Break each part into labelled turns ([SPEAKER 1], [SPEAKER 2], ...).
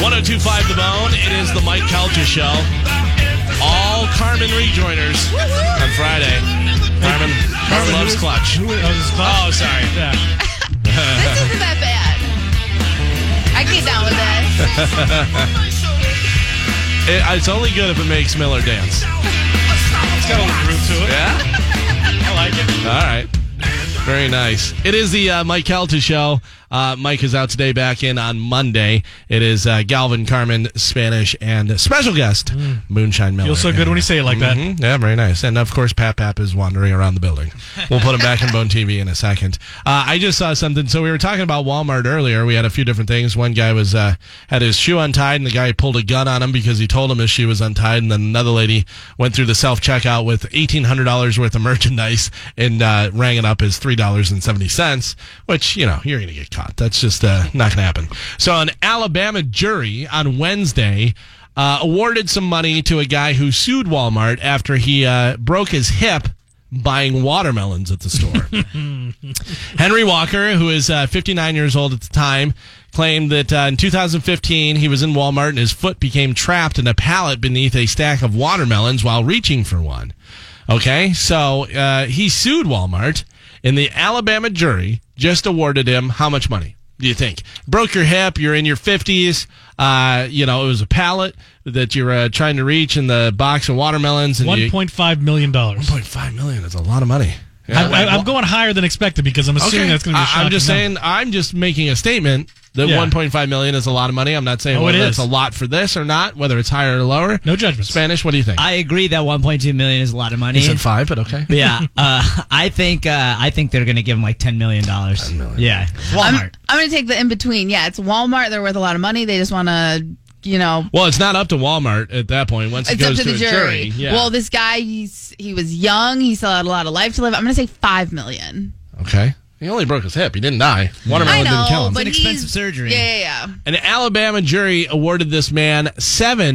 [SPEAKER 1] 1025 The Bone. It is the Mike Calter Show. All Carmen rejoiners on Friday. Carmen, Carmen loves
[SPEAKER 2] who-
[SPEAKER 1] clutch.
[SPEAKER 2] Who was
[SPEAKER 1] Oh, sorry.
[SPEAKER 2] Yeah.
[SPEAKER 3] This isn't that bad. I can get down with that.
[SPEAKER 1] It- it's only good if it makes Miller dance.
[SPEAKER 2] It's got a little groove to it.
[SPEAKER 1] Yeah?
[SPEAKER 2] I like it.
[SPEAKER 1] All right. Very nice. It is the uh, Mike Calter Show. Uh, Mike is out today, back in on Monday. It is uh, Galvin, Carmen, Spanish, and special guest, Moonshine Miller.
[SPEAKER 2] Mm. Feels so good when you say it like that.
[SPEAKER 1] Mhm. Yeah, very nice. And of course, Pap Pap is wandering around the building. We'll put him back in Bone TV in a second. Uh, I just saw something. So we were talking about Walmart earlier. We had a few different things. One guy was uh, had his shoe untied, and the guy pulled a gun on him because he told him his shoe was untied. And then another lady went through the self checkout with eighteen hundred dollars worth of merchandise and uh, rang it up as three dollars and seventy cents. Which you know you're going to get caught. That's just uh, not going to happen. So an Alabama jury on Wednesday uh, awarded some money to a guy who sued Walmart after he uh, broke his hip buying watermelons at the store. Henry Walker, who is uh, 59 years old at the time, claimed that uh, in 2015 he was in Walmart and his foot became trapped in a pallet beneath a stack of watermelons while reaching for one. Okay, so uh, he sued Walmart, and the Alabama jury just awarded him how much money? Do you think broke your hip? You're in your 50s. Uh, you know it was a pallet that you were uh, trying to reach in the box of watermelons. And you-
[SPEAKER 2] $1.5 million. dollars.
[SPEAKER 1] 1.5 million is a lot of money. Yeah.
[SPEAKER 2] I, I, I'm going higher than expected because I'm assuming that's going to
[SPEAKER 1] I-
[SPEAKER 2] be a
[SPEAKER 1] I'm
[SPEAKER 2] shocking
[SPEAKER 1] just
[SPEAKER 2] number.
[SPEAKER 1] saying. I'm just making a statement that
[SPEAKER 2] Yeah.
[SPEAKER 1] 1.5 million is a lot of money. I'm not saying
[SPEAKER 2] Oh, it
[SPEAKER 1] whether
[SPEAKER 2] is.
[SPEAKER 1] it's a lot for this or not, whether it's higher or lower.
[SPEAKER 2] No judgments.
[SPEAKER 1] Spanish. What do you think?
[SPEAKER 4] I agree that 1.2 million is a lot of money.
[SPEAKER 1] he said five, but okay.
[SPEAKER 4] yeah, uh, I think uh, I think they're going to give him like 10 million dollars. Yeah,
[SPEAKER 3] I'm,
[SPEAKER 4] Walmart.
[SPEAKER 3] I'm going to take the in between. Yeah, it's Walmart. They're worth a lot of money. They just want to, you know,
[SPEAKER 1] Well, it's not up to Walmart at that point. Once it
[SPEAKER 3] it's up
[SPEAKER 1] goes
[SPEAKER 3] to the
[SPEAKER 1] a
[SPEAKER 3] jury.
[SPEAKER 1] Yeah.
[SPEAKER 3] Well, this guy, he's, he was young. He still had a lot of life to live. I'm going to say five million.
[SPEAKER 1] okay. He only broke his hip. He didn't die. Watermelon
[SPEAKER 3] I know,
[SPEAKER 1] didn't kill him.
[SPEAKER 3] but
[SPEAKER 4] It's an
[SPEAKER 3] he's-
[SPEAKER 4] expensive surgery.
[SPEAKER 3] Yeah, yeah, yeah.
[SPEAKER 1] An Alabama jury awarded this man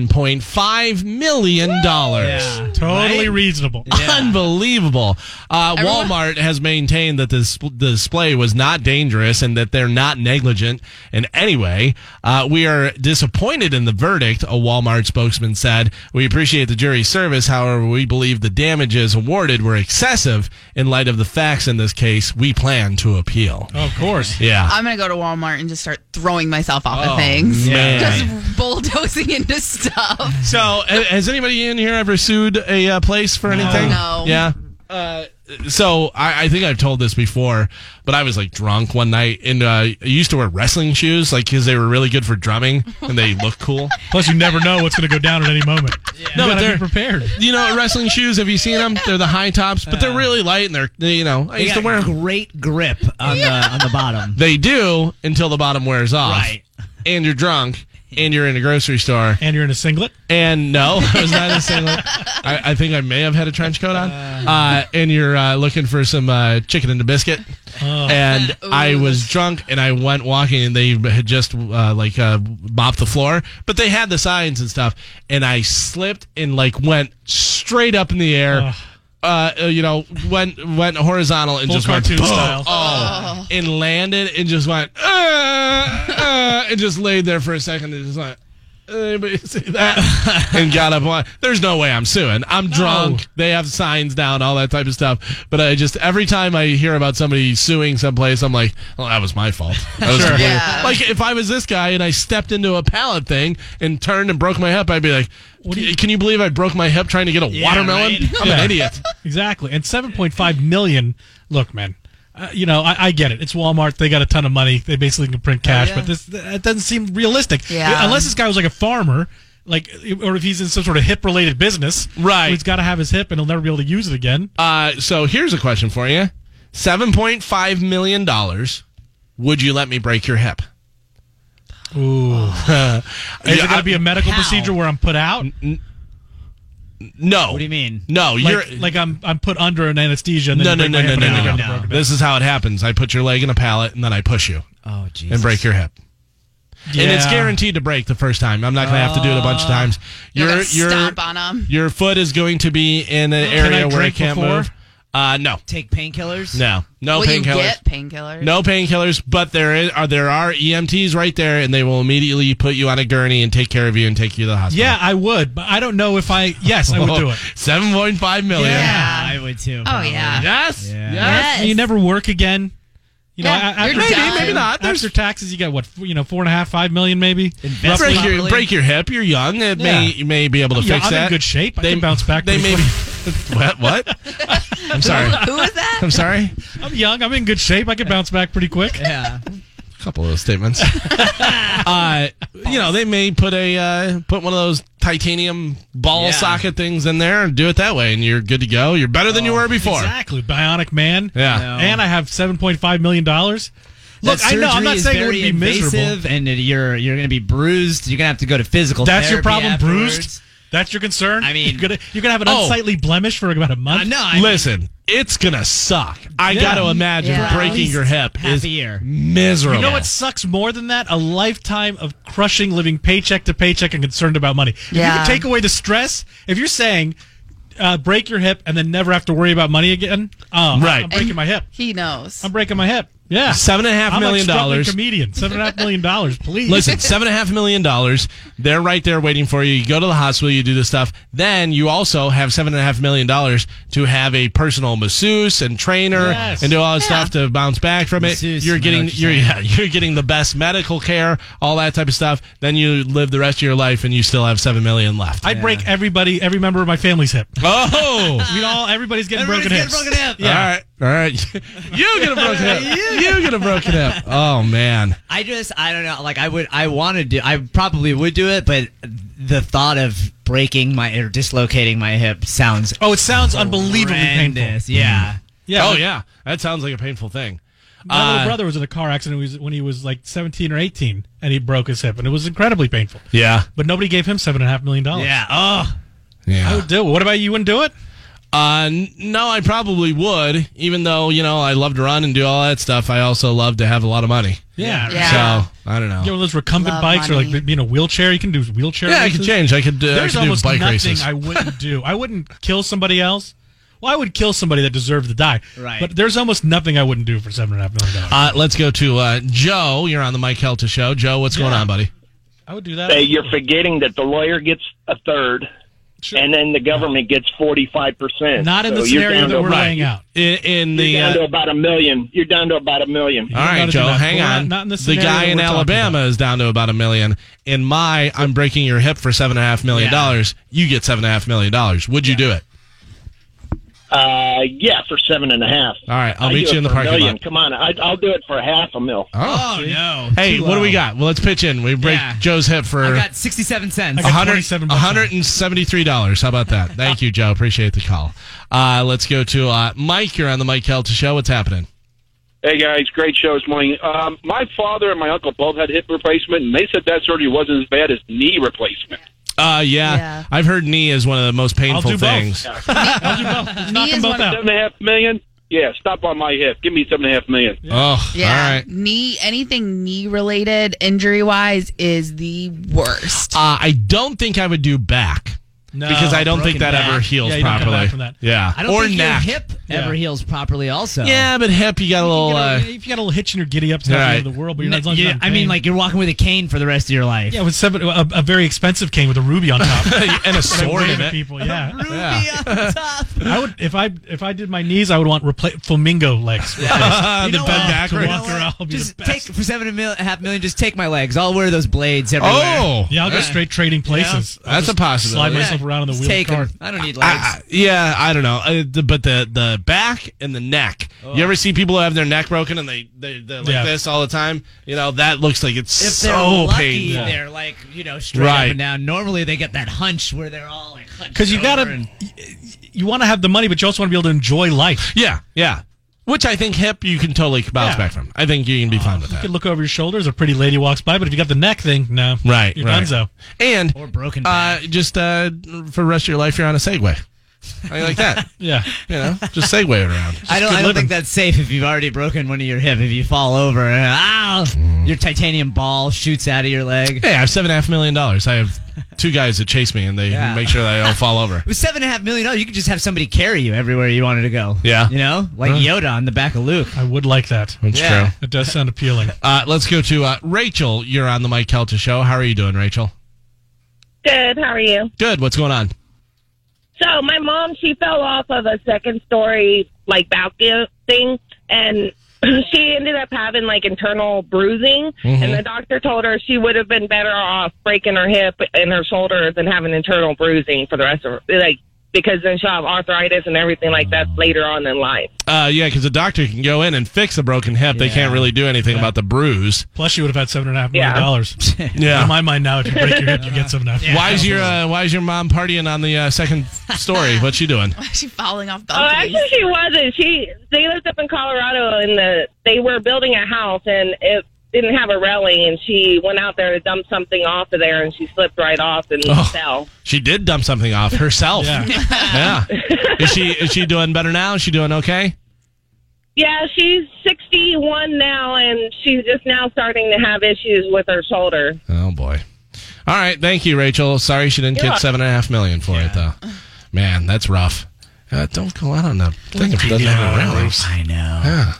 [SPEAKER 1] 7.5 million dollars.
[SPEAKER 4] Yeah.
[SPEAKER 2] Totally
[SPEAKER 4] Right?
[SPEAKER 2] reasonable.
[SPEAKER 1] Unbelievable. Uh,
[SPEAKER 3] Everyone-
[SPEAKER 1] Walmart has maintained that this the display was not dangerous and that they're not negligent in any way. Uh, we are disappointed in the verdict, a Walmart spokesman said. We appreciate the jury's service. However, we believe the damages awarded were excessive in light of the facts in this case. We plan to appeal.
[SPEAKER 2] Of course.
[SPEAKER 1] Yeah.
[SPEAKER 3] I'm going to go to Walmart and just start throwing myself off of things.
[SPEAKER 1] man.
[SPEAKER 3] Just bulldozing into stuff.
[SPEAKER 1] So, ha- has anybody in here ever sued a uh, place for anything?
[SPEAKER 3] No.
[SPEAKER 1] Yeah. Uh, so I, I think I've told this before, but I was like drunk one night and uh, I used to wear wrestling shoes, like because they were really good for drumming and they look cool.
[SPEAKER 2] Plus, you never know what's going to go down at any moment.
[SPEAKER 1] No,
[SPEAKER 2] No,
[SPEAKER 1] but
[SPEAKER 2] you got
[SPEAKER 1] they're-
[SPEAKER 2] to be prepared.
[SPEAKER 1] You know, wrestling shoes. Have you seen them? They're the high tops, but they're really light and they're they, you know I
[SPEAKER 4] Uh. They
[SPEAKER 1] used to
[SPEAKER 4] got
[SPEAKER 1] wear. 'em.
[SPEAKER 4] great grip on the on the bottom.
[SPEAKER 1] They do until the bottom wears off,
[SPEAKER 4] Right.
[SPEAKER 1] And you're drunk, and you're in a grocery store,
[SPEAKER 2] And you're in a singlet.
[SPEAKER 1] And no, I was not a single. I, I think I may have had a trench coat on. Uh, and you're uh, looking for some uh, chicken and a biscuit.
[SPEAKER 2] Oh.
[SPEAKER 1] And I was drunk, and I went walking, and they had just uh, like uh, mopped the floor, but they had the signs and stuff. And I slipped and like went straight up in the air. Uh, uh, you know, went went horizontal and
[SPEAKER 2] Full
[SPEAKER 1] just
[SPEAKER 2] cartoon
[SPEAKER 1] went boom.
[SPEAKER 2] style.
[SPEAKER 1] Oh, and landed and just went uh, uh, and just laid there for a second and just went. uh, Anybody see that? and got up. on- There's no way I'm suing. I'm drunk. They have signs down, all that type of stuff. But I just every time I hear about somebody suing someplace, I'm like, well, that was my fault. That was completely-
[SPEAKER 3] Yeah.
[SPEAKER 1] Like if I was this guy and I stepped into a pallet thing and turned and broke my hip, I'd be like, Can you believe I broke my hip trying to get a watermelon?
[SPEAKER 4] right?
[SPEAKER 1] I'm an
[SPEAKER 2] Yeah.
[SPEAKER 1] idiot.
[SPEAKER 2] Exactly. And 7.5 million. Look, man. Uh, you know, I, I get it. It's Walmart. They got a ton of money. They basically can print cash,
[SPEAKER 3] Oh, yeah.
[SPEAKER 2] but this it doesn't seem realistic.
[SPEAKER 3] Yeah.
[SPEAKER 2] Unless this guy was like a farmer, like, or if he's in some sort of hip related business,
[SPEAKER 1] Right.
[SPEAKER 2] He's got to have his hip, and he'll never be able to use it again.
[SPEAKER 1] Uh, so here's a question for you: Seven point five million dollars. Would you let me break your hip?
[SPEAKER 2] Ooh. Is it
[SPEAKER 1] Yeah,
[SPEAKER 2] going to be a medical
[SPEAKER 4] how?
[SPEAKER 2] procedure where I'm put out?
[SPEAKER 1] No.
[SPEAKER 4] What do you mean?
[SPEAKER 1] No,
[SPEAKER 2] Like,
[SPEAKER 1] you're
[SPEAKER 2] like I'm I'm put under an anesthesia. And then
[SPEAKER 1] no,
[SPEAKER 2] you
[SPEAKER 1] no,
[SPEAKER 2] break
[SPEAKER 1] no,
[SPEAKER 2] my
[SPEAKER 1] no,
[SPEAKER 2] hip
[SPEAKER 1] no,
[SPEAKER 2] and I
[SPEAKER 1] no,
[SPEAKER 2] got
[SPEAKER 1] no.
[SPEAKER 2] broken
[SPEAKER 1] This is how it happens. I put your leg in a pallet and then I push you
[SPEAKER 4] Oh, jeez.
[SPEAKER 1] and break your hip. And it's
[SPEAKER 2] Yeah. Uh,
[SPEAKER 1] guaranteed to break the first time. I'm not going to have to do it a bunch of times.
[SPEAKER 3] You're
[SPEAKER 1] Your
[SPEAKER 3] gonna
[SPEAKER 1] your
[SPEAKER 3] stomp on 'em.
[SPEAKER 1] your foot is going to be in an
[SPEAKER 2] Can I
[SPEAKER 1] area where it
[SPEAKER 2] drink
[SPEAKER 1] can't
[SPEAKER 2] before?
[SPEAKER 1] move. Uh, no,
[SPEAKER 4] Take painkillers.
[SPEAKER 1] no, no
[SPEAKER 3] Will you
[SPEAKER 1] painkillers.
[SPEAKER 3] get painkillers?
[SPEAKER 1] No painkillers, but there is, are there are EMTs right there, and they will immediately put you on a gurney and take care of you and take you to the hospital.
[SPEAKER 2] Yeah, I would, but I don't know if I. Yes, I would do
[SPEAKER 1] Oh.
[SPEAKER 2] it.
[SPEAKER 1] Seven point five million.
[SPEAKER 4] Yeah, I would too.
[SPEAKER 3] Oh
[SPEAKER 4] probably.
[SPEAKER 3] yeah.
[SPEAKER 1] Yes.
[SPEAKER 4] Yeah.
[SPEAKER 1] Yes.
[SPEAKER 3] Yes.
[SPEAKER 2] You never work again. You know,
[SPEAKER 3] Yeah,
[SPEAKER 2] a- after
[SPEAKER 3] you're
[SPEAKER 2] taxes-
[SPEAKER 3] done. Maybe
[SPEAKER 1] not. There's-
[SPEAKER 2] After taxes, you got what? f- You know, four and a half, five million, maybe.
[SPEAKER 4] Invest
[SPEAKER 2] Roughly.
[SPEAKER 1] Break your
[SPEAKER 4] Properly.
[SPEAKER 1] break your hip. You're young. It may
[SPEAKER 2] Yeah.
[SPEAKER 1] you may be able to
[SPEAKER 2] Yeah,
[SPEAKER 1] fix
[SPEAKER 2] I'm
[SPEAKER 1] that.
[SPEAKER 2] in good shape. I can bounce back
[SPEAKER 1] They may.
[SPEAKER 2] pretty
[SPEAKER 1] what? What? I'm sorry.
[SPEAKER 3] Who was that?
[SPEAKER 1] I'm sorry.
[SPEAKER 2] I'm young. I'm in good shape. I can bounce back pretty quick.
[SPEAKER 4] Yeah.
[SPEAKER 1] couple of those statements. uh, you know, they may put a uh, put one of those titanium ball
[SPEAKER 4] Yeah.
[SPEAKER 1] socket things in there and do it that way, and you're good to go. You're better
[SPEAKER 2] Oh,
[SPEAKER 1] than you were before.
[SPEAKER 2] Exactly, Bionic Man.
[SPEAKER 1] Yeah.
[SPEAKER 4] No.
[SPEAKER 2] and I have seven point five million dollars.
[SPEAKER 4] That
[SPEAKER 2] Look, I know I'm
[SPEAKER 4] surgery
[SPEAKER 2] not
[SPEAKER 4] is
[SPEAKER 2] saying it would
[SPEAKER 4] very
[SPEAKER 2] be
[SPEAKER 4] invasive,
[SPEAKER 2] miserable.
[SPEAKER 4] and it- you're you're going to be bruised. You're going to have to go to physical.
[SPEAKER 2] That's your
[SPEAKER 4] therapy
[SPEAKER 2] problem,
[SPEAKER 4] afterwards.
[SPEAKER 2] bruised. That's your concern.
[SPEAKER 4] I mean-
[SPEAKER 2] you're gonna, you're gonna have an
[SPEAKER 1] Oh.
[SPEAKER 2] unsightly blemish for about a month.
[SPEAKER 4] Uh, no, I mean,
[SPEAKER 1] Listen, it's gonna suck. I
[SPEAKER 2] Yeah.
[SPEAKER 1] got to imagine
[SPEAKER 3] Yeah.
[SPEAKER 1] breaking your hip
[SPEAKER 4] half
[SPEAKER 1] is
[SPEAKER 4] a year.
[SPEAKER 1] miserable.
[SPEAKER 2] You know what sucks more than that? A lifetime of crushing, living paycheck to paycheck, and concerned about money. If you
[SPEAKER 3] Yeah.
[SPEAKER 2] can take away the stress, if you're saying uh, break your hip and then never have to worry about money again, oh,
[SPEAKER 1] Right.
[SPEAKER 2] I'm breaking my hip.
[SPEAKER 3] He knows.
[SPEAKER 2] I'm breaking my hip. Yeah,
[SPEAKER 1] Seven and a half
[SPEAKER 2] I'm
[SPEAKER 1] million
[SPEAKER 2] like struggling
[SPEAKER 1] dollars.
[SPEAKER 2] Comedian, seven and a half million dollars, please.
[SPEAKER 1] Listen, seven and a half million dollars. They're right there waiting for you. You go to the hospital, you do this stuff. Then you also have seven and a half million dollars to have a personal masseuse and trainer
[SPEAKER 2] Yes.
[SPEAKER 1] and do all that stuff to bounce back from it.
[SPEAKER 4] Masseuse,
[SPEAKER 1] you're
[SPEAKER 4] I know
[SPEAKER 1] getting
[SPEAKER 4] what
[SPEAKER 1] you're
[SPEAKER 4] you're
[SPEAKER 1] yeah, you're getting the best medical care, all that type of stuff. Then you live the rest of your life and you still have seven million left.
[SPEAKER 2] I'd break everybody, every member of my family's hip.
[SPEAKER 1] oh.
[SPEAKER 2] We'd all, everybody's getting
[SPEAKER 4] Everybody's
[SPEAKER 2] broken hips.
[SPEAKER 4] getting broken hip.
[SPEAKER 1] All right. All right. you get a broken hip. You get a broken hip. Oh man.
[SPEAKER 4] I just I don't know. Like I would I want to do. I probably would do it, but the thought of breaking my or dislocating my hip sounds
[SPEAKER 2] Oh, it sounds unbelievably
[SPEAKER 4] horrendous.
[SPEAKER 2] painful.
[SPEAKER 4] Yeah.
[SPEAKER 2] Yeah.
[SPEAKER 1] Oh
[SPEAKER 2] but
[SPEAKER 1] yeah. That sounds like a painful thing.
[SPEAKER 2] My
[SPEAKER 1] Uh,
[SPEAKER 2] little brother was in a car accident when he was- when he was like 17 or 18, and he broke his hip, and it was incredibly painful.
[SPEAKER 1] Yeah.
[SPEAKER 2] But nobody gave him seven and a half million dollars.
[SPEAKER 4] Yeah. Oh.
[SPEAKER 1] Yeah.
[SPEAKER 2] I would do. it. What about you? Wouldn't do it?
[SPEAKER 1] Uh, n- no, I probably would. Even though you know I love to run and do all that stuff, I also love to have a lot of money.
[SPEAKER 2] Yeah.
[SPEAKER 3] Yeah.
[SPEAKER 1] So I don't
[SPEAKER 2] You know
[SPEAKER 1] know.
[SPEAKER 2] those recumbent
[SPEAKER 3] Love
[SPEAKER 2] bikes or
[SPEAKER 3] money.
[SPEAKER 2] like being a wheelchair. You can do wheelchair.
[SPEAKER 1] Yeah, I
[SPEAKER 2] races.
[SPEAKER 1] could change. I could. Uh, I
[SPEAKER 2] There's
[SPEAKER 1] could do
[SPEAKER 2] almost
[SPEAKER 1] bike
[SPEAKER 2] nothing
[SPEAKER 1] races.
[SPEAKER 2] I wouldn't do. I wouldn't kill somebody else. Well, I would kill somebody that deserved to die.
[SPEAKER 4] Right.
[SPEAKER 2] But there's almost nothing I wouldn't do for seven and a half million dollars.
[SPEAKER 1] uh, let's go to uh, Joe. You're on the Mike Helta show. Joe, what's going
[SPEAKER 2] Yeah.
[SPEAKER 1] on, buddy?
[SPEAKER 2] I would do that.
[SPEAKER 5] Hey, you're forgetting that the lawyer gets a third,
[SPEAKER 2] Sure.
[SPEAKER 5] and then the government gets forty five percent.
[SPEAKER 2] Not in the scenario that we're laying out.
[SPEAKER 1] In, in the
[SPEAKER 5] You're down
[SPEAKER 1] uh,
[SPEAKER 5] to about a million. You're down to about a million.
[SPEAKER 1] all
[SPEAKER 2] gotta
[SPEAKER 1] right,
[SPEAKER 2] do
[SPEAKER 1] Joe,
[SPEAKER 2] that.
[SPEAKER 1] hang
[SPEAKER 2] We're not-
[SPEAKER 1] on.
[SPEAKER 2] not in the
[SPEAKER 1] the
[SPEAKER 2] scenario
[SPEAKER 1] guy
[SPEAKER 2] that
[SPEAKER 1] in
[SPEAKER 2] we're talking
[SPEAKER 1] Alabama is down to about a million. In my, I'm breaking your hip for seven and a half million
[SPEAKER 4] Yeah.
[SPEAKER 1] dollars. You get seven and a half million dollars. Would you do it?
[SPEAKER 5] Uh, yeah, for seven and a half.
[SPEAKER 1] All right, I'll
[SPEAKER 5] I'd
[SPEAKER 1] meet you
[SPEAKER 5] do it
[SPEAKER 1] in the
[SPEAKER 5] for a
[SPEAKER 1] parking
[SPEAKER 5] million.
[SPEAKER 1] lot.
[SPEAKER 5] Come on, I, I'll do it for half a mil.
[SPEAKER 1] Oh.
[SPEAKER 4] no.
[SPEAKER 1] Hey,
[SPEAKER 4] Too
[SPEAKER 1] what do we
[SPEAKER 4] low.
[SPEAKER 1] got? Well, let's pitch in. We break
[SPEAKER 4] Yeah.
[SPEAKER 1] Joe's hip for
[SPEAKER 4] I got sixty-seven cents.
[SPEAKER 2] got-
[SPEAKER 1] hundred-
[SPEAKER 2] 27 bucks.
[SPEAKER 1] $173. How about that? Thank you, Joe. Appreciate the call. Uh, let's go to uh, Mike. You're on the Mike Kelta Show. What's happening?
[SPEAKER 6] Hey guys, great show this morning. Um, my father and my uncle both had hip replacement, and they said that surgery wasn't as bad as knee replacement.
[SPEAKER 1] Uh, yeah,
[SPEAKER 3] Yeah.
[SPEAKER 1] I've heard knee is one of the most painful
[SPEAKER 2] do both.
[SPEAKER 1] things.
[SPEAKER 2] Knock
[SPEAKER 3] Knee
[SPEAKER 2] them
[SPEAKER 3] is
[SPEAKER 2] both
[SPEAKER 3] one of-
[SPEAKER 2] out.
[SPEAKER 6] Seven and a half million? Yeah, stop on my hip. Give me seven and a half million.
[SPEAKER 1] Oh,
[SPEAKER 3] Yeah.
[SPEAKER 1] all right.
[SPEAKER 3] Knee anything knee related injury wise is the worst.
[SPEAKER 1] Uh, I don't think I would do back
[SPEAKER 2] No,
[SPEAKER 1] because I don't think that
[SPEAKER 4] broken
[SPEAKER 1] ever
[SPEAKER 4] back.
[SPEAKER 1] heals
[SPEAKER 2] Yeah, you don't come
[SPEAKER 1] properly.
[SPEAKER 2] back from that.
[SPEAKER 1] Yeah,
[SPEAKER 4] I don't
[SPEAKER 1] or
[SPEAKER 4] think
[SPEAKER 1] neck.
[SPEAKER 4] your hip ever
[SPEAKER 2] Yeah.
[SPEAKER 4] heals properly. Also.
[SPEAKER 1] Yeah, but hip, you got a
[SPEAKER 2] You
[SPEAKER 1] little.
[SPEAKER 2] know,
[SPEAKER 1] Uh,
[SPEAKER 2] if you got a little hitch in your giddy up, it's not
[SPEAKER 1] All
[SPEAKER 2] the
[SPEAKER 1] right.
[SPEAKER 2] end of the world. But you're not as long as you're
[SPEAKER 4] Yeah,
[SPEAKER 2] not in
[SPEAKER 4] I
[SPEAKER 2] pain.
[SPEAKER 4] mean, like you're walking with a cane for the rest of your life.
[SPEAKER 2] yeah, with seven a, a very expensive cane with a ruby on top.
[SPEAKER 1] and a sword
[SPEAKER 2] Waving
[SPEAKER 1] in it.
[SPEAKER 2] people, yeah.
[SPEAKER 1] Yeah.
[SPEAKER 2] I would if I if I did my knees, I would want repla- flamingo legs.
[SPEAKER 1] Uh, the
[SPEAKER 4] know
[SPEAKER 1] bend
[SPEAKER 2] You know
[SPEAKER 4] what?
[SPEAKER 1] backwards.
[SPEAKER 2] what? Walker, I'll be
[SPEAKER 4] just
[SPEAKER 2] the
[SPEAKER 4] take
[SPEAKER 2] best.
[SPEAKER 4] for seven and a half million. Just take my legs. I'll wear those blades everywhere.
[SPEAKER 1] Oh,
[SPEAKER 2] Yeah, I'll go straight trading places. I'll
[SPEAKER 1] That's
[SPEAKER 2] just
[SPEAKER 1] a possibility.
[SPEAKER 2] Slide myself
[SPEAKER 4] Yeah,
[SPEAKER 2] around in the
[SPEAKER 4] just
[SPEAKER 2] wheel
[SPEAKER 4] take
[SPEAKER 2] of the car.
[SPEAKER 4] 'em. I don't need legs.
[SPEAKER 1] I, I- yeah, I don't know, uh, the, but the the back and the neck. You ever see people who have their neck broken and they they they're like
[SPEAKER 2] Yeah.
[SPEAKER 1] this all the time? You know that looks like it's
[SPEAKER 4] if they're
[SPEAKER 1] so
[SPEAKER 4] lucky,
[SPEAKER 1] painful.
[SPEAKER 4] they're like you know straight
[SPEAKER 1] Right.
[SPEAKER 4] up and down. Normally, they get that hunch where they're all like hunched
[SPEAKER 2] Because you
[SPEAKER 4] got
[SPEAKER 2] gotta, y- you want to have the money, but you also want to be able to enjoy life.
[SPEAKER 1] Yeah, yeah. Which I think hip you can totally bounce
[SPEAKER 2] Yeah.
[SPEAKER 1] back from. I think you can be fine with
[SPEAKER 2] You
[SPEAKER 1] that.
[SPEAKER 2] can look over your shoulder as a pretty lady walks by, but if you got the neck thing, no,
[SPEAKER 1] Right,
[SPEAKER 2] you're
[SPEAKER 1] right.
[SPEAKER 2] donezo.
[SPEAKER 1] And
[SPEAKER 4] or broken.
[SPEAKER 1] uh,
[SPEAKER 4] back.
[SPEAKER 1] just uh, for the rest of your life, you're on a Segway. How you like that?
[SPEAKER 2] Yeah.
[SPEAKER 1] You know, just segue it around.
[SPEAKER 4] I don't,
[SPEAKER 2] good
[SPEAKER 4] I don't
[SPEAKER 2] living.
[SPEAKER 4] think that's safe if you've already broken one of your hip. If you fall over, ow, your titanium ball shoots out of your leg. It
[SPEAKER 1] Hey, I have seven and a half million dollars. I have two guys that chase me and they
[SPEAKER 4] Yeah.
[SPEAKER 1] make sure that I don't fall over.
[SPEAKER 4] was seven and a half million dollars. You could just have somebody carry you everywhere you wanted to go.
[SPEAKER 1] Yeah.
[SPEAKER 4] You know? Like Yoda on the back of Luke.
[SPEAKER 2] I would like that.
[SPEAKER 1] That's
[SPEAKER 4] Yeah.
[SPEAKER 1] true.
[SPEAKER 2] It does sound appealing.
[SPEAKER 1] Uh, let's go to uh, Rachel. You're on the Mike Kelta show. How are you doing, Rachel?
[SPEAKER 7] Good. How are you?
[SPEAKER 1] Good. What's going on?
[SPEAKER 7] So my mom, she fell off of a second story like balcony thing, and she ended up having like internal bruising. And the doctor told her she would have been better off breaking her hip and her shoulder than having internal bruising for the rest of her like because then she'll have arthritis and everything like that later on in life.
[SPEAKER 1] Uh, yeah, because a doctor can go in and fix a broken hip. They can't really do anything about the bruise.
[SPEAKER 2] Plus, you would have had seven and a half million
[SPEAKER 7] Yeah.
[SPEAKER 2] dollars. In my mind now, if you break your hip, you get seven and a half.
[SPEAKER 1] Why is your uh, Why is your mom partying on the uh, second story? What's she doing?
[SPEAKER 3] Why is she falling off
[SPEAKER 7] Oh,
[SPEAKER 3] balconies?
[SPEAKER 7] actually, she wasn't. She they lived up in Colorado, and the they were building a house, and it didn't have a railing, and she went out there to dump something off of there, and she slipped right off and fell.
[SPEAKER 1] She did dump something off herself.
[SPEAKER 2] Yeah.
[SPEAKER 1] Yeah. Is she Is she doing better now? Is she doing okay?
[SPEAKER 7] Yeah, she's sixty one now, and she's just now starting to have issues with her shoulder.
[SPEAKER 1] Oh boy. All right. Thank you, Rachel. Sorry she didn't
[SPEAKER 7] You're
[SPEAKER 1] get
[SPEAKER 7] welcome.
[SPEAKER 1] seven and a half million for it though. Man, that's rough. Uh, don't go out on the thing if it doesn't have a railing.
[SPEAKER 4] I know.
[SPEAKER 1] Yeah.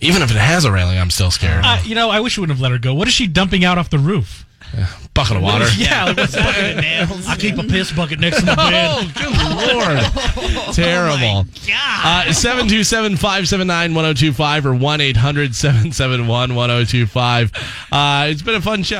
[SPEAKER 1] Even if it has a railing, I'm still scared.
[SPEAKER 2] Uh, you know, I wish you wouldn't have let her go. What is she dumping out off the roof?
[SPEAKER 1] Bucket of water.
[SPEAKER 2] Yeah, like what's that? I keep a piss bucket next to my bed.
[SPEAKER 1] Oh, good lord. Terrible. Uh, 727-579-1025 or 1-800-771-1025. Uh, it's been a fun show.